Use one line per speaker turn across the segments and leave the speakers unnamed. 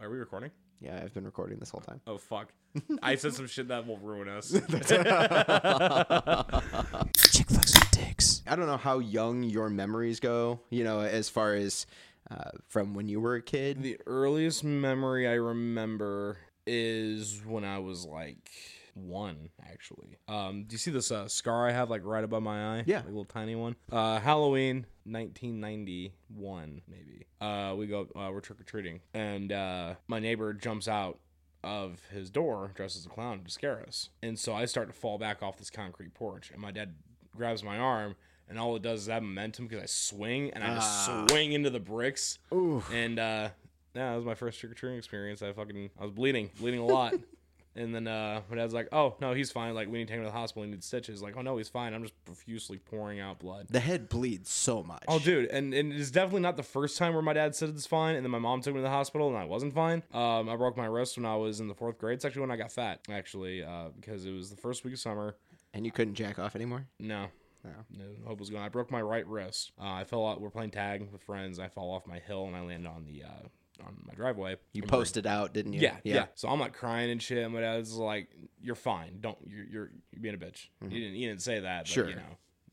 Are we recording?
Yeah, I've been recording this whole time.
Oh fuck! I said some shit that will ruin us.
Chick flicks with dicks. I don't know how young your memories go. You know, as far as uh, from when you were a kid.
the earliest memory I remember is when I was like one, actually. Um, do you see this uh, scar I have like right above my eye?
Yeah.
like, a little tiny one. Uh, Halloween. 1991 maybe uh we go uh, we're trick-or-treating and uh my neighbor jumps out of his door dressed as a clown to scare us and so i start to fall back off this concrete porch and my dad grabs my arm and all it does is have momentum because i swing and i just swing into the bricks
Ooh.
and uh yeah, that was my first trick or treating experience. I fucking I was bleeding, bleeding a lot. and then uh my dad's like, "Oh no, he's fine. Like we need to take him to the hospital. He needs stitches." Like, "Oh no, he's fine. I'm just profusely pouring out blood."
The head bleeds so much.
Oh, dude, and, and it's definitely not the first time where my dad said it's fine, and then my mom took me to the hospital and I wasn't fine. Um, I broke my wrist when I was in the fourth grade. It's actually when I got fat, actually, uh, because it was the first week of summer.
And you couldn't jack off anymore?
No.
No.
No, hope was gone. I broke my right wrist. Uh, I fell out. We're playing tag with friends. I fall off my hill and I land on the uh, on my driveway.
You posted out, didn't you?
Yeah, yeah, So I'm like crying and shit. And my dad's like, "You're fine. Don't. You're you're, you're being a bitch. You didn't. You didn't say that. But,
Mm-hmm. Sure.
You know.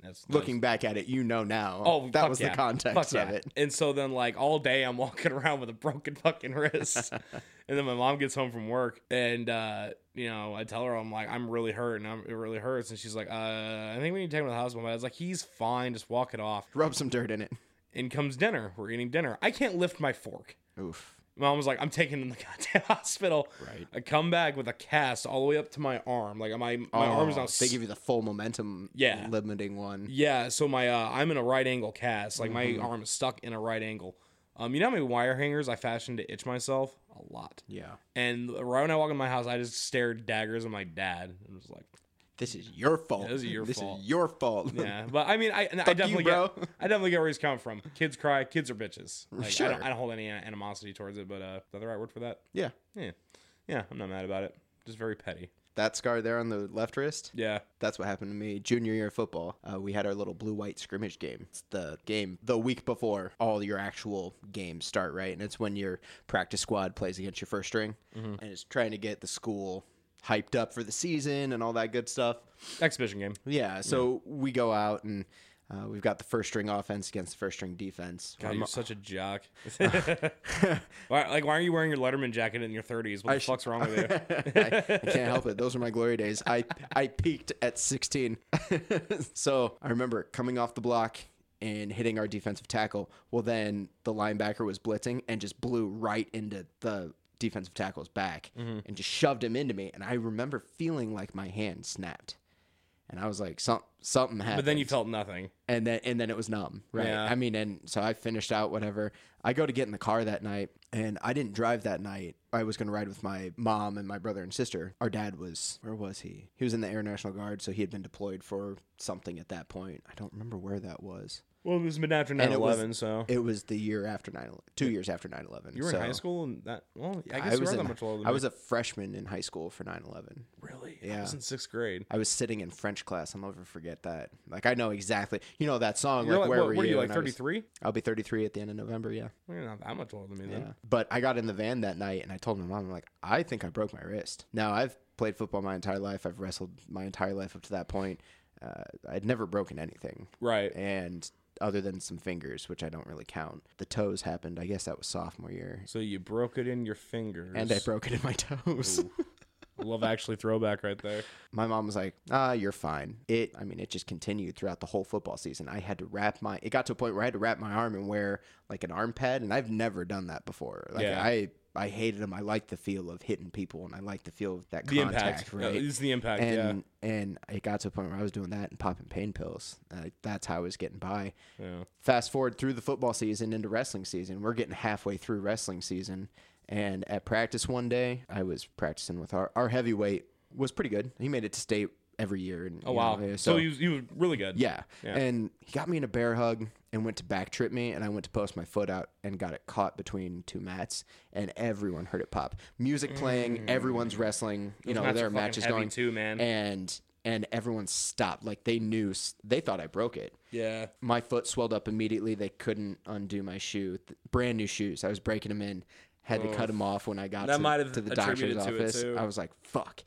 That's that's-
Looking back at it, you know now.
Oh,
that
fuck
was
yeah.
the context
Fuck
of
yeah.
it.
And so then, like all day, I'm walking around with a broken fucking wrist. and then my mom gets home from work, and uh, you know, I tell her I'm like, I'm really hurt, and I'm, it really hurts. And she's like, uh, I think we need to take him to the hospital. My dad's like, he's fine. Just walk it off.
Rub some dirt in it.
In comes dinner. We're eating dinner. I can't lift my fork.
Oof.
Mom was like, I'm taking him to the goddamn hospital.
Right.
I come back with a cast all the way up to my arm. Like my my arm is now.
Oh, They give you the full momentum.
Yeah.
Limiting one.
yeah. So my uh, I'm in a right angle cast. Like
Mm-hmm.
my arm is stuck in a right angle. Um, you know how many wire hangers I fashioned to itch myself? A lot.
Yeah.
And right when I walk in my house, I just stared daggers at my dad and was like,
This is your fault.
This is your fault.
This is your fault.
yeah. But I mean, I, and I
Fuck you,
definitely
bro.
get, I definitely get where he's coming from. Kids cry. Kids are bitches. Like, I, don't,
Sure.
I don't hold any animosity towards it. But uh, is that the right word for that?
yeah.
Yeah. Yeah. I'm not mad about it. Just very petty.
That scar there on the left wrist.
Yeah.
That's what happened to me junior year of football. Uh, we had our little blue white scrimmage game. It's the game the week before all your actual games start, right? And it's when your practice squad plays against your first string, and it's trying to get the school hyped up for the season and all that good stuff.
Exhibition game.
Yeah, so we go out and uh, we've got the first string offense against the first string defense.
God, you're such a jock. why, like, why are you wearing your Letterman jacket in your 30s? What the fuck's wrong with you?
I, I can't help it. Those are my glory days. I I peaked at 16. so I remember coming off the block and hitting our defensive tackle. Well, then the linebacker was blitzing and just blew right into the defensive tackle's back
Mm-hmm.
and just shoved him into me. And I remember feeling like my hand snapped. And I was like, Some, something happened
But then you felt nothing.
and then and then it was numb right
Yeah.
i mean and so i finished out whatever i go to get in the car that night and i didn't drive that night i was going to ride with my mom and my brother and sister our dad was where was he he was in the air national guard so he had been deployed for something at that point i don't remember where that was
Well, it was mid after 9
it was-
11, so.
it was the year after 9 2 years after 9 11
You were in high school and that. Well, I guess
I
you
was,
were
in,
that much older than
I
me.
was a freshman in high school for 9 11.
really. I
yeah.
was in sixth grade.
I was sitting in French class. I'll never forget that. Like, I know exactly. You know that song,
You're
like,
like,
Where
what,
Were
what are you, like
and I was-
33?
I'll be 33 at the end of November, yeah.
Well, you're not that much older than me then.
Yeah. But I got in the van that night and I told my mom, I'm like, I think I broke my wrist. Now, I've played football my entire life. I've wrestled my entire life up to that point. Uh, I'd never broken anything.
Right.
And other than some fingers, which I don't really count, the toes happened. I guess that was sophomore year.
So you broke it in your fingers.
And I broke it in my toes.
Love actually throwback right there.
my mom was like, ah, you're fine. It, I mean, it just continued throughout the whole football season. I had to wrap my, it got to a point where I had to wrap my arm and wear like an arm pad. And I've never done that before. Like
Yeah.
I, I hated them. I like the feel of hitting people and I like the feel of that
The
contact,
impact. Uh,
right?
It's the impact,
and and it got to a point where I was doing that and popping pain pills. Uh, that's how I was getting by.
yeah. Yeah.
Fast forward through the football season into wrestling season. We're getting halfway through wrestling season. And at practice one day, I was practicing with our, our heavyweight was pretty good. He made it to state every year. And,
Oh, wow. so you, you were really good.
yeah.
Yeah.
And he got me in a bear hug and went to back trip me. And I went to post my foot out and got it caught between two mats. And everyone heard it pop. Music playing, everyone's wrestling. You know,
mats
there
are
are matches
fucking heavy
going.
too, man.
And, and everyone stopped. Like they knew, s- they thought I broke it
Yeah.
my foot swelled up immediately. They couldn't undo my shoe. Th- Brand new shoes. I was breaking them in. Had to cut him off when I got
That
to,
might have
to the doctor's
attributed to it,
office.
too.
I was like, fuck.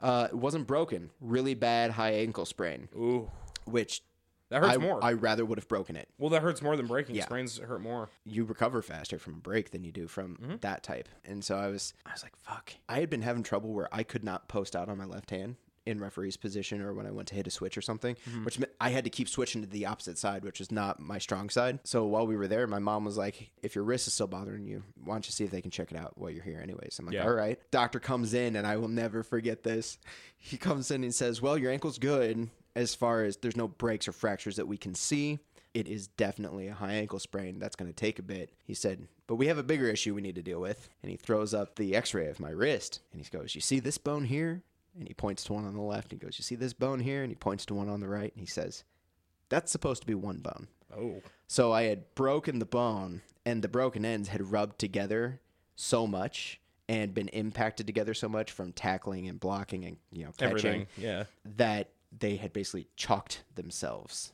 Uh, it wasn't broken. Really bad high ankle sprain,
Ooh,
which
that hurts
I,
more.
I rather would have broken it.
well, that hurts more than breaking.
Yeah.
Sprains hurt more.
you recover faster from a break than you do from
Mm-hmm.
that type. And so I was I was like, fuck. I had been having trouble where I could not post out on my left hand in referee's position or when I went to hit a switch or something,
Mm-hmm.
which meant I had to keep switching to the opposite side, which is not my strong side. So while we were there, my mom was like, if your wrist is still bothering you, why don't you see if they can check it out while you're here anyways. I'm like,
Yeah.
all right. Doctor comes in and I will never forget this. He comes in and says, well, your ankle's good as far as there's no breaks or fractures that we can see it is definitely a high ankle sprain. That's going to take a bit. He said, but we have a bigger issue we need to deal with. And he throws up the x ray of my wrist and he goes, You see this bone here? And he points to one on the left. And he goes, You see this bone here? And he points to one on the right. And he says, That's supposed to be one bone.
Oh,
So I had broken the bone, and the broken ends had rubbed together so much and been impacted together so much from tackling and blocking and you know catching
everything. Yeah.
that they had basically chalked themselves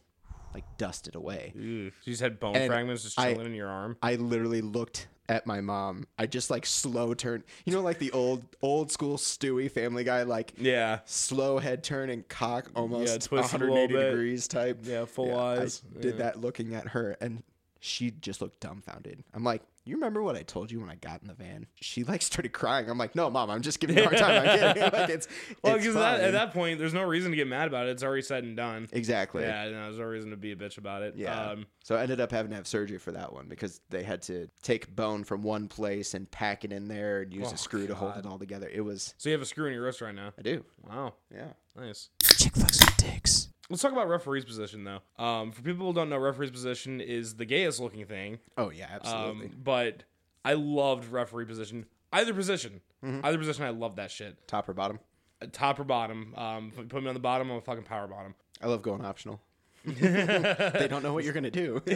like dusted away
Ooh. So you just had bone
And
fragments just
I-
chilling in your arm.
I literally looked at my mom. I just like slow turn. You know, like the old old school Stewie Family Guy, like
Yeah.
slow head turn and cock
Yeah,
almost
twist it a little
180
bit.
degrees type.
Yeah, full
I
eyes.
did
Yeah.
that looking at her, and she just looked dumbfounded. I'm like, you remember what I told you when I got in the van? She like started crying. I'm like, no, mom, I'm just giving you a hard time. I'm kidding. like it's,
Well,
it's
because that, at
fine.
that point, there's no reason to get mad about it. It's already said and done.
exactly.
Yeah, no, there's no reason to be a bitch about it.
Yeah.
Um,
so I ended up having to have surgery for that one because they had to take bone from one place and pack it in there and use
Oh,
a screw to hold it all together. It was
so you have a screw in your wrist right now.
I do.
Wow.
Yeah.
Nice.
Chick flicks with dicks.
Let's talk about referee's position, though. Um, for people who don't know, referee's position is the gayest looking thing.
Oh yeah, absolutely.
Um, but I loved referee position. Either position,
Mm-hmm.
either position, I love that shit.
Top or bottom?
Uh, Top or bottom. Um, if you put me on the bottom. I'm a fucking power bottom.
I love going optional. they don't know what you're gonna do.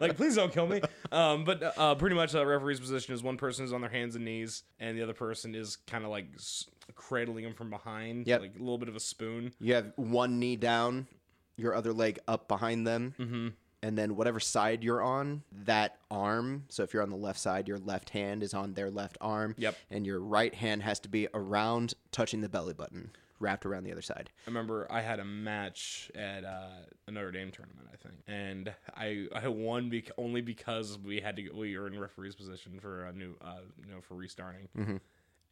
like, please don't kill me. Um, but uh, pretty much the referee's position is one person is on their hands and knees, and the other person is kind of like s- cradling them from behind,
Yep.
like a little bit of a spoon.
you have one knee down, your other leg up behind them, mm-hmm. and then whatever side you're on, that arm. So if you're on the left side, your left hand is on their left arm.
Yep.
And your right hand has to be around touching the belly button, wrapped around the other side.
I remember I had a match at uh, a Notre Dame tournament, I think, and I I won bec- only because we had to go, we were in referee's position for a new uh, you know for restarting.
Mm-hmm.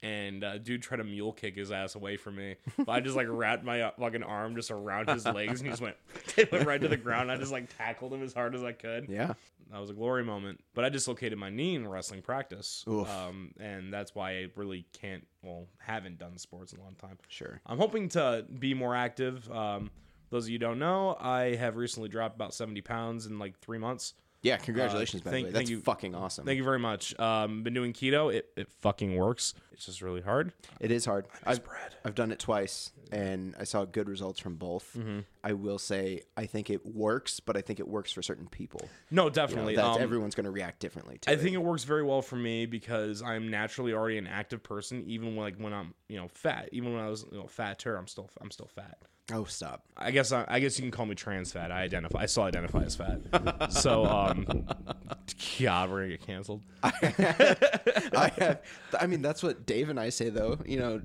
And uh, dude tried to mule kick his ass away from me, but I just like wrapped my uh, fucking arm just around his legs, and he just went, it went right to the ground. I just like tackled him as hard as I could.
Yeah.
That was a glory moment. But I dislocated my knee in wrestling practice,
Oof.
um, and that's why I really can't, well, haven't done sports in a long time.
Sure.
I'm hoping to be more active. Um, those of you who don't know, I have recently dropped about 70 pounds in like three months.
Yeah, congratulations, by
Uh, thank-
the way.
thank
That's
you-
fucking awesome.
Thank you very much. Um, been doing keto. It, it fucking works. It's just really hard.
It is hard. I've,
bread.
I've done it twice, and I saw good results from both.
Mm-hmm.
I will say, I think it works, but I think it works for certain people.
No,
You know,
definitely.
that's,
Um,
everyone's going to react differently to
I
it.
think it works very well for me because I'm naturally already an active person. Even when, like when I'm, you know, fat. Even when I was, you know, fatter, I'm still, I'm still fat.
Oh, stop.
I guess I, I guess you can call me trans fat. I identify. I still identify as fat. so, um, God, we're gonna get canceled.
I have. I mean, that's what Dave and I say, though. You know,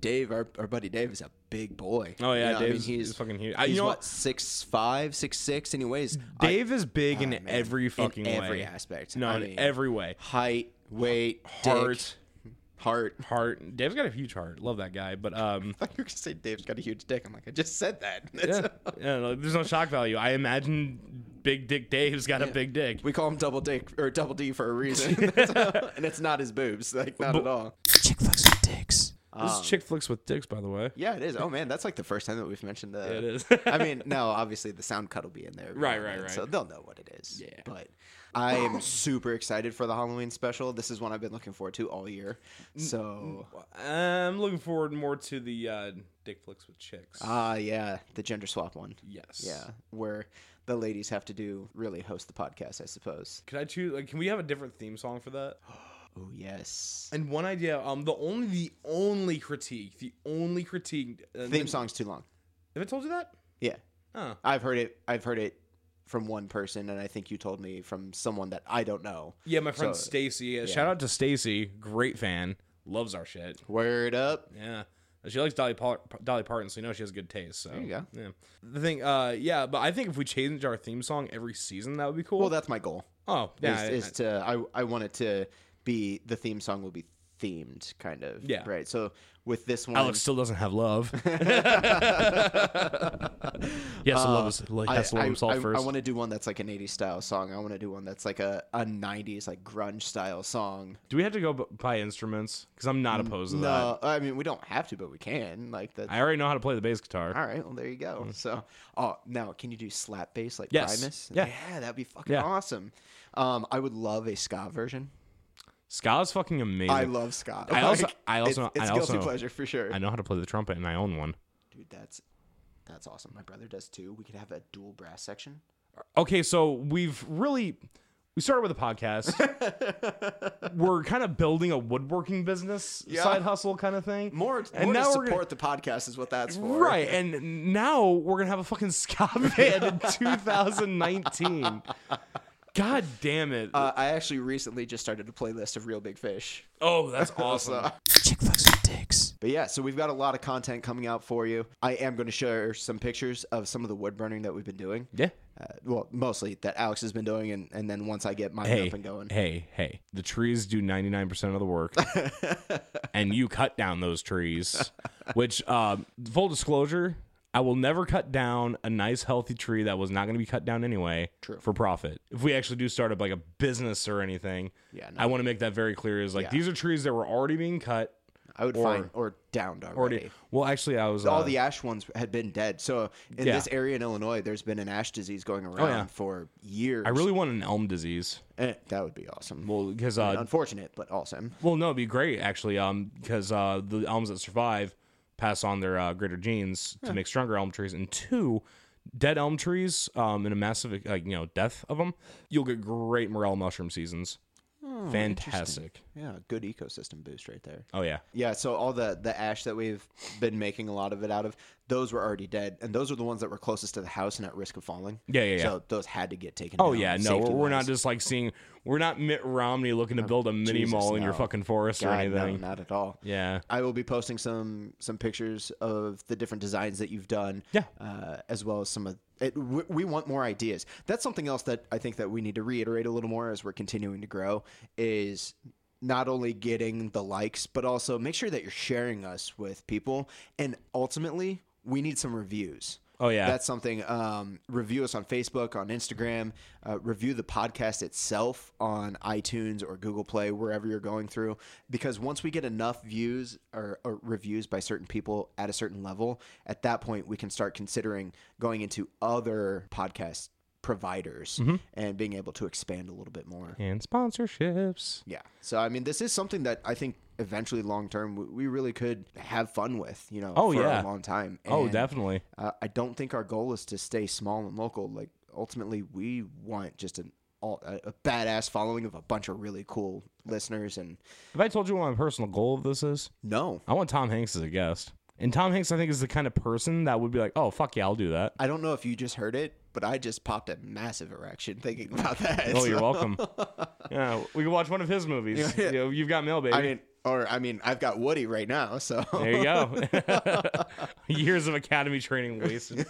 Dave, our, our buddy Dave, is a big boy.
Oh yeah,
You know, I mean,
Dave's he's, fucking huge. I, you
he's
know
what,
what?
six five, six six. Anyways,
Dave is big in
man.
every fucking way.
every aspect.
No,
I
in
mean-
every way.
height, weight,
Heart.
dick, heart.
Heart. Dave's got a huge heart. Love that guy. But um,
I thought you were gonna say Dave's got a huge dick. I'm like, I just said that.
yeah, yeah, no, there's no shock value. I imagine Big Dick Dave's got a big dick.
We call him double dick or double D for a reason, and it's not his boobs, like not at all.
Chick flicks with dicks.
this is chick flicks with dicks, by the way.
Um, Yeah, it is. Oh man, that's like the first time that we've mentioned the.
it is.
I mean, no, obviously the sound cut will be in there, every
Right,
now and
right,
then,
right.
So they'll know what it is.
Yeah.
But I am super excited for the Halloween special. This is one I've been looking forward to all year. So
I'm looking forward more to the uh, dick flicks with chicks.
ah, yeah, the gender swap one.
yes.
Yeah, where the ladies have to do really host the podcast, I suppose.
Could I choose? Like, can we have a different theme song for that?
Oh yes.
And one idea, um, the only the only critique, the only critique. Uh,
Theme song's too long.
Have I told you that?
Yeah,
Oh,
I've heard it. I've heard it from one person, and I think you told me from someone that I don't know.
Yeah, my friend
So-
Stacy. uh Shout out to Stacy, great fan, loves our shit.
Word up.
Yeah. She likes Dolly, Par- Dolly Parton, so you know she has good taste. So there
you go.
Yeah. The thing, uh, yeah, but I think if we changed our theme song every season, that would be cool.
Well, that's my goal.
oh, yeah,
is, is to I I want it to be the theme song will be themed kind of.
Yeah.
Right. So with this one,
Alex still doesn't have love. yes, love is like
Uh, I,
has to love himself first.
want to do one that's like an 80s style song. I want to do one that's like a, a 90s like grunge style song.
do we have to go b- by instruments? Because I'm not opposed to that.
No, I mean we don't have to, but we can. Like that's
I Mm. already know how to play the bass guitar.
all right. Well, there you go. So, oh, now can you do slap bass like
Yes.
Primus?
Yeah.
that'd be fucking
Yeah.
awesome. Um, I would love a ska version.
Ska is fucking amazing.
I
I,
love ska.
I also-
Like,
I also-
it's, it's
I
a guilty
also-
pleasure for sure.
know how to play the trumpet, and I own one.
Dude, that's that's awesome. My brother does too. We could have a dual brass section.
Okay, so we've really we started with a podcast. We're kind of building a woodworking business
Yeah.
side hustle kind of thing.
More,
And
more
now
to
we're gonna-
support the podcast is what that's for.
Right, and now we're gonna have a fucking ska band in 2019. God damn it!
Uh, I actually recently just started a playlist of Real Big Fish.
oh, that's awesome.
Chick flicks with dicks. But yeah, so we've got a lot of content coming out for you. I am going to share some pictures of some of the wood burning that we've been doing.
Yeah.
Uh, well, mostly that Alex has been doing, and, and then once I get mine
Hey,
up and going.
hey, hey! The trees do 99% of the work, and you cut down those trees. Which, um, full disclosure, I will never cut down a nice, healthy tree that was not going to be cut down anyway
True.
for profit. If we actually do start up like a business or anything,
Yeah, no.
I want to make that very clear. Is like
Yeah.
these are trees that were already being cut.
I would find, or downed already.
Already. Well, actually, I was
all
uh,
the ash ones had been dead. So in
Yeah.
this area in Illinois, there's been an ash disease going around
yeah.
for years.
I really want an elm disease.
Eh, that would be awesome.
Well, because uh,
Unfortunate, but awesome.
well, no, it'd be great actually. Um, because uh, the elms that survive pass on their uh, greater genes to make stronger elm trees, and two, dead elm trees, um, in a massive like you know death of them, you'll get great morel mushroom seasons.
Hmm,
Fantastic.
Yeah, good ecosystem boost right there.
Oh yeah.
Yeah, so all the the ash that we've been making a lot of it out of, those were already dead, and those were the ones that were closest to the house and at risk of falling.
Yeah, yeah, yeah.
So those had to get taken.
Oh
down,
yeah, no, we're, we're not
safety-wise.
just like seeing. We're not Mitt Romney looking to build a mini
Oh, Jesus,
mall in your
no.
fucking forest or
God, no,
anything.
not at all.
Yeah.
I will be posting some some pictures of the different designs that you've done.
Yeah.
Uh, as well as some of it, we, we want more ideas. That's something else that I think that we need to reiterate a little more as we're continuing to grow is not only getting the likes but also make sure that you're sharing us with people and ultimately we need some reviews.
Oh yeah.
That's something. Um, review us on Facebook, on Instagram. Uh, review the podcast itself on iTunes or Google Play, wherever you're going through. Because once we get enough views or, or reviews by certain people at a certain level, at that point we can start considering going into other podcast providers
Mm-hmm.
and being able to expand a little bit more.
and sponsorships.
Yeah. So I mean, this is something that I think eventually, long term, we, we really could have fun with. You know,
Oh,
for
yeah.
a long time.
Oh,
And-
definitely.
uh, I don't think our goal is to stay small and local. Like ultimately, we want just an all, a, a badass following of a bunch of really cool listeners. And
If I told you what my personal goal of this is,
no,
I want Tom Hanks as a guest. And Tom Hanks, I think, is the kind of person that would be like, "Oh fuck yeah, I'll do that."
I don't know if you just heard it, but I just popped a massive erection thinking about that.
Oh, you're welcome. yeah, we can watch one of his movies. You know, you've got mail, baby.
I mean, or I mean, I've got Woody right now, so
there you go. Years of academy training wasted.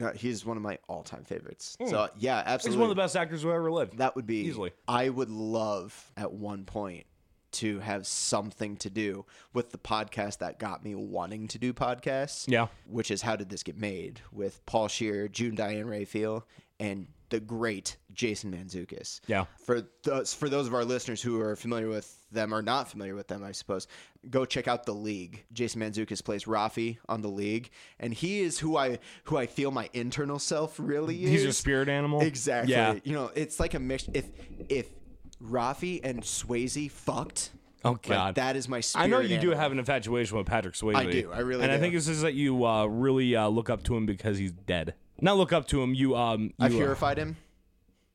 No, he's one of my all-time favorites. So yeah,
Hmm. He's
absolutely.
one of the best actors who ever lived.
That would be
Easily.
I would love at one point to have something to do with the podcast that got me wanting to do podcasts.
Yeah.
Which is How Did This Get Made with Paul Shear, June Diane Raphael, and the great Jason Manzukis.
Yeah.
For those for those of our listeners who are familiar with them or not familiar with them, I suppose, go check out the league. Jason Manzukis plays Rafi on the league, and he is who I who I feel my internal self really is.
He's your spirit animal.
Exactly.
Yeah.
You know, it's like a mix. If if Rafi and Swayze fucked,
Oh
like,
god.
that is my spirit.
I know you do
animal.
have an infatuation with Patrick Swayze.
I do. I really
And I
do.
think this is that you uh, really uh, look up to him because he's dead. Not look up to him. You um. You,
I
uh,
purified him.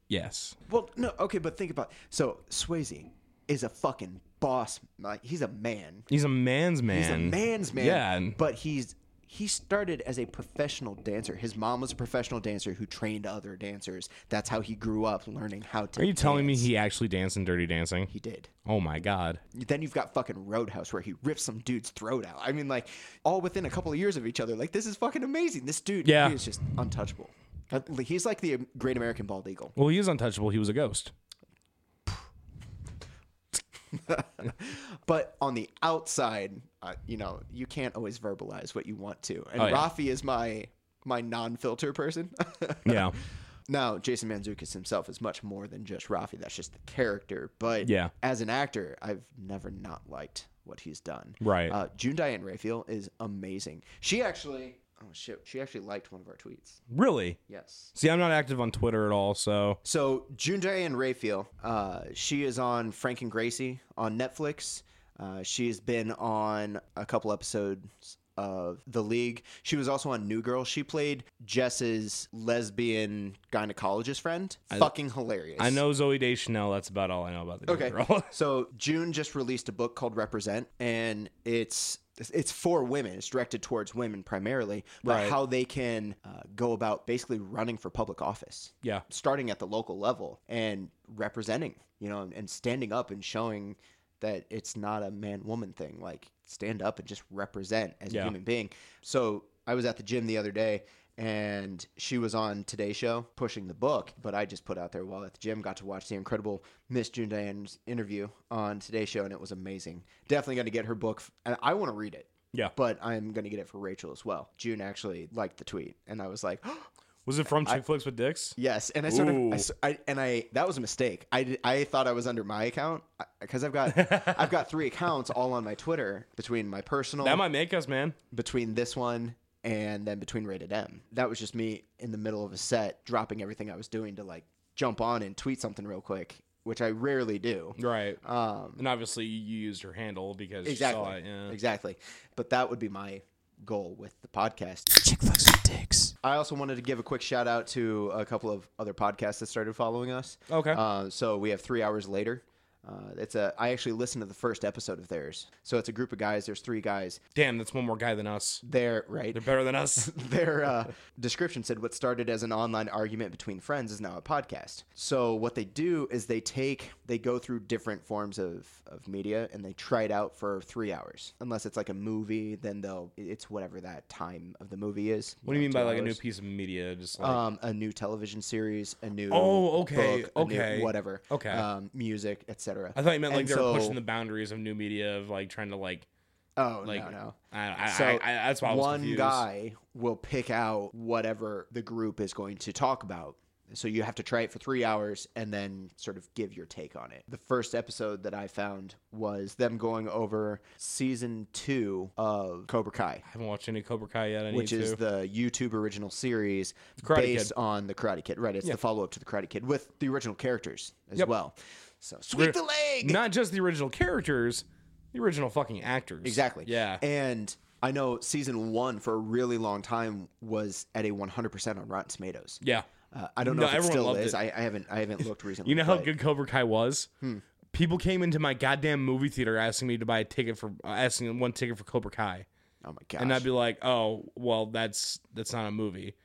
yes.
Well, no, okay, but think about so Swayze is a fucking boss. Like he's a man.
He's a man's man.
He's a man's man.
Yeah. and-
But he's he started as a professional dancer. His mom was a professional dancer who trained other dancers. That's how he grew up learning how to.
Are you telling me
dance.
he actually danced in Dirty Dancing?
he did?
Oh my god.
Then you've got fucking Roadhouse where he rips some dude's throat out. I mean, like all within a couple of years of each other. Like this is fucking amazing. This dude,
Yeah.
he is just untouchable. Uh, He's like the Great American Bald Eagle.
Well, he is untouchable. He was a ghost.
But on the outside, uh, you know, you can't always verbalize what you want to. And
Oh, yeah.
Rafi is my my non-filter person.
Yeah.
now, Jason Manzukis himself is much more than just Rafi. That's just the character. But
Yeah.
as an actor, I've never not liked what he's done.
Right.
Uh, June Diane Raphael is amazing. She actually, oh shit, she actually liked one of our tweets.
really?
Yes.
See, I'm not active on Twitter at all, so
So June Diane Raphael, uh, she is on Frank and Gracie on Netflix. Uh, she has been on a couple episodes of The League. She was also on New Girl. She played Jess's lesbian gynecologist friend. Fucking hilarious.
I know Zoe Deschanel. That's about all I know about the
Okay.
girl.
so June just released a book called Represent, and it's it's for women. It's directed towards women primarily, but
Right.
how they can uh, go about basically running for public office
yeah.
starting at the local level and representing, you know, and, and standing up and showing that it's not a man woman thing. Like, stand up and just represent as
Yeah.
a human being. So, I was at the gym the other day and she was on Today Show pushing the book, but I just put out there while at the gym, got to watch the incredible Miss June Diane's interview on Today Show, and it was amazing. Definitely going to get her book, f- and I want to read it.
Yeah.
But I'm going to get it for Rachel as well. June actually liked the tweet, and I was like, "Oh,
Was it from Chick Flicks with Dicks?
Yes, and I sort of,
Ooh.
I s I and I that was a mistake. I, d- I thought I was under my account because I've got I've got three accounts all on my Twitter between my personal,
That might make us, man.
between this one, and then between Rated M. That was just me in the middle of a set dropping everything I was doing to like jump on and tweet something real quick, which I rarely do.
Right.
Um,
and obviously, you used her handle because
exactly,
you saw it. Yeah.
exactly. But that would be my goal with the podcast.
Chick flicks with dicks.
I also wanted to give a quick shout out to a couple of other podcasts that started following us.
Okay.
Uh, so we have three hours later. Uh, it's a. I actually listened to the first episode of theirs. So it's a group of guys. There's three guys.
Damn, that's one more guy than us.
They're right.
They're better than us.
Their uh, description said what started as an online argument between friends is now a podcast. So what they do is they take, they go through different forms of, of media and they try it out for three hours. Unless it's like a movie, then they'll it's whatever that time of the movie is.
What do you mean
two
by like a
hours.
new piece of media? Just like
um, a new television series, a new
Oh, okay,
book, a new
okay,
whatever,
okay.
um, music, etc.
I thought you meant like
and
they were
so-
pushing the boundaries of new media of like trying to like
Oh
like
no, no.
I, I, I, I, that's why I was
one
confused.
guy will pick out whatever the group is going to talk about. So you have to try it for three hours and then sort of give your take on it. The first episode that I found was them going over season two of Cobra Kai,
I haven't watched any Cobra Kai yet. I
which
need
is
to.
the YouTube original series
Karate
based
Kid.
on the Karate Kid. Right, it's the follow up to the Karate Kid with the original characters as
Yep.
well. So sweep the leg.
Not just the original characters, the original fucking actors.
Exactly.
Yeah.
And I know season one for a really long time was at a 100% on Rotten Tomatoes.
yeah.
Uh, I don't know
No,
if it
everyone
still
loved
is.
it.
I, I haven't. I haven't looked recently.
You know how
but Hmm.
good Cobra Kai was? People came into my goddamn movie theater asking me to buy a ticket for uh, asking one ticket for Cobra Kai,
Oh my gosh.
and I'd be like, "Oh, well, that's that's not a movie,"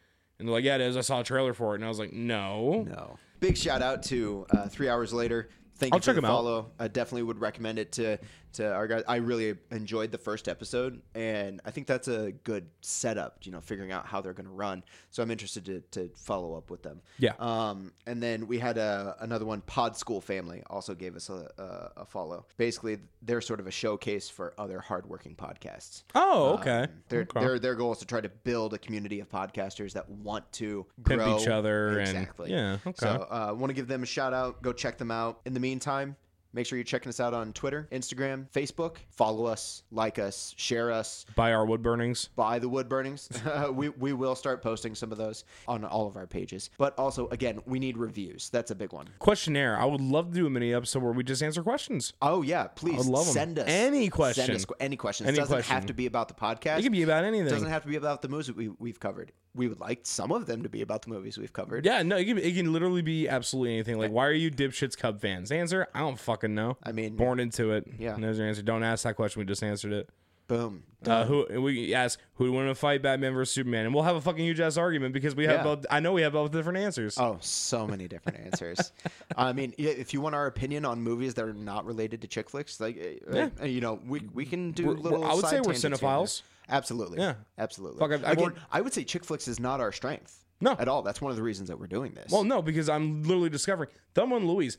and they're like, "Yeah, it is. I saw a trailer for it," and I was like, "No."
no. Big shout out to uh, three hours later. Thank
I'll
you for
check
the
'em out.
follow. I definitely would recommend it to to our guys. I really enjoyed the first episode, and I think that's a good setup. You know, figuring out how they're going to run. So I'm interested to, to follow up with them.
Yeah.
Um, and then we had a, another one, Pod School Family, also gave us a, a, a follow. Basically, they're sort of a showcase for other hardworking podcasts.
Oh, okay.
Um, their, their their goal is to try to build a community of podcasters that want to
Pimp
grow
each other and-
exactly.
yeah, okay.
So I uh, want to give them a shout out. Go check them out. In the meantime, make sure you're checking us out on Twitter, Instagram, Facebook. Follow us, like us, share us.
Buy our wood burnings.
Buy the wood burnings. we, we will start posting some of those on all of our pages. But also, again, we need reviews. That's a big one.
Questionnaire. I would love to do a mini episode where we just answer questions.
Oh yeah, please
love 'em.
send us
Any question.
Send us qu- any questions.
Any
it doesn't have
question.
to be about the podcast.
It could be about anything.
It doesn't have to be about the movies we, we've covered. We would like some of them to be about the movies we've covered.
yeah, no, it can, it can literally be absolutely anything. Like, why are you dipshits Cub fans? Answer, I don't fucking know.
I mean,
Born into it.
Yeah.
And there's your answer. Don't ask that question. We just answered it.
Boom.
Uh, who we ask who would win in a fight, Batman versus Superman, and we'll have a fucking huge ass argument because we have
Yeah.
both. I know we have both different answers.
Oh, so many different answers. I mean, yeah, if you want our opinion on movies that are not related to chick flicks, like uh,
Yeah.
uh, you know, we we can do
We're- we're-
little.
I would say
side
we're
tangents here and
cinephiles.
there. Absolutely.
Yeah.
Absolutely.
Fuck, I've- I've
Again,
worked-
I would say chick flicks is not our strength.
No.
At all. That's one of the reasons that we're doing this.
Well, Oh, no, because I'm literally discovering Thelma and Louise,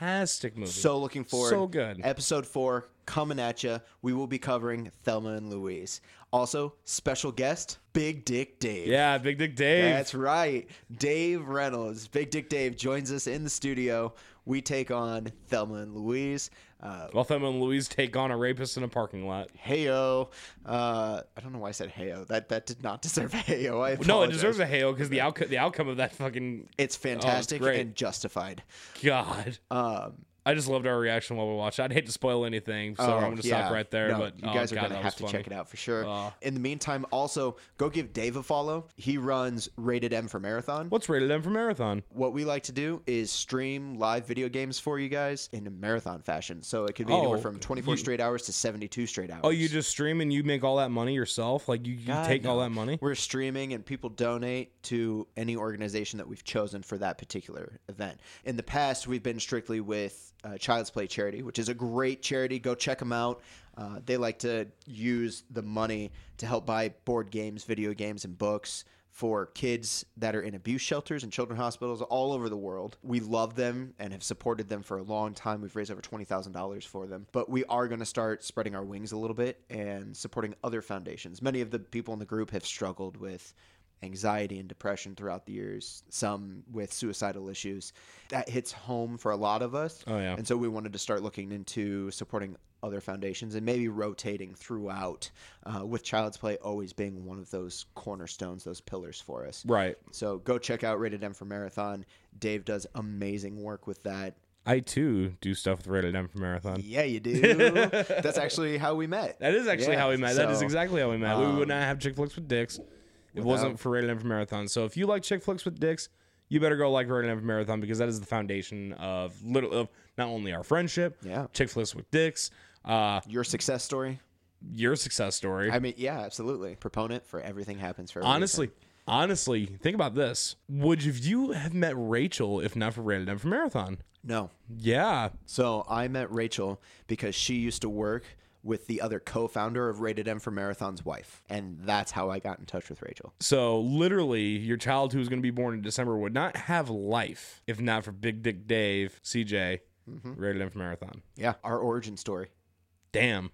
fantastic movie.
so looking forward.
so good.
Episode four coming at you. We will be covering Thelma and Louise. Also, special guest Big Dick Dave.
yeah, Big Dick Dave.
That's right. Dave Reynolds, Big Dick Dave, joins us in the studio. We take on Thelma and Louise. Uh,
While Thelma and Louise take on a rapist in a parking lot.
heyo. Uh, I don't know why I said heyo. That that did not deserve a heyo. I
No, it
apologize.
deserves a hail because the outcome the outcome of that fucking
It's fantastic
great.
and justified.
god.
Um,
I just loved our reaction while we watched. it. I'd hate to spoil anything, so
oh,
I'm gonna
yeah.
stop right there.
No,
but
you guys
oh,
are
god,
gonna
that
have
was
to
funny.
check it out for sure.
Oh.
in the meantime, also go give Dave a follow. He runs Rated M for Marathon.
What's rated M for Marathon?
what we like to do is stream live video games for you guys in a marathon fashion. So it could be anywhere
Oh,
from 24 straight hours to 72 straight hours.
Oh, you just stream and you make all that money yourself? Like you, you
God,
take all
no.
that money?
We're streaming and people donate to any organization that we've chosen for that particular event. In the past, we've been strictly with uh, Child's Play Charity, which is a great charity. Go check them out. Uh, they like to use the money to help buy board games, video games, and books for kids that are in abuse shelters and children hospitals all over the world. We love them and have supported them for a long time. We've raised over $20,000 for them. But we are going to start spreading our wings a little bit and supporting other foundations. Many of the people in the group have struggled with anxiety and depression throughout the years, some with suicidal issues. That hits home for a lot of us.
Oh, yeah.
And so we wanted to start looking into supporting other foundations and maybe rotating throughout, uh, with Child's Play always being one of those cornerstones, those pillars for us.
Right.
So go check out Rated M for Marathon. Dave does amazing work with that.
I too do stuff with rated M for Marathon.
Yeah, you do. That's actually how we met.
That is actually
Yeah,
how we met. that is
so, um,
exactly how we met. we would not have chick flicks with dicks. It wasn't for rated M for Marathon. So if you like chick flicks with dicks, you better go like rated M for Marathon because that is the foundation of little of not only our friendship,
Yeah.
chick flicks with dicks, uh,
Your success story?
your success story.
I mean, yeah, absolutely. Proponent for everything happens for a reason.
honestly, honestly, think about this. Would you have met Rachel if not for rated M for Marathon?
No.
Yeah.
So I met Rachel because she used to work with the other co-founder of Rated M for Marathon's wife, and that's how I got in touch with Rachel.
So literally, your child who's going to be born in December would not have life if not for Big Dick Dave, CJ,
Mm-hmm.
rated M for Marathon.
Yeah, our origin story.
Damn,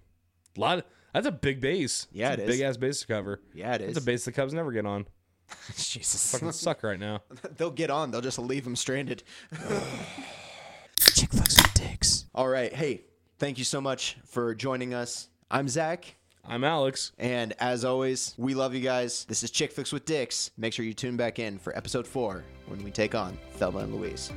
a lot. Of, that's a big base.
Yeah,
That's
it
a
is.
Big ass base to cover.
Yeah, it
It's a
is.
base the Cubs never get on.
Jesus,
Fucking suck right now.
they'll get on. They'll just leave them stranded. Chick flicks with dicks. All right, hey, thank you so much for joining us. I'm Zach.
I'm Alex.
And as always, we love you guys. This is Chick Flicks with Dicks. Make sure you tune back in for episode four when we take on Thelma and Louise.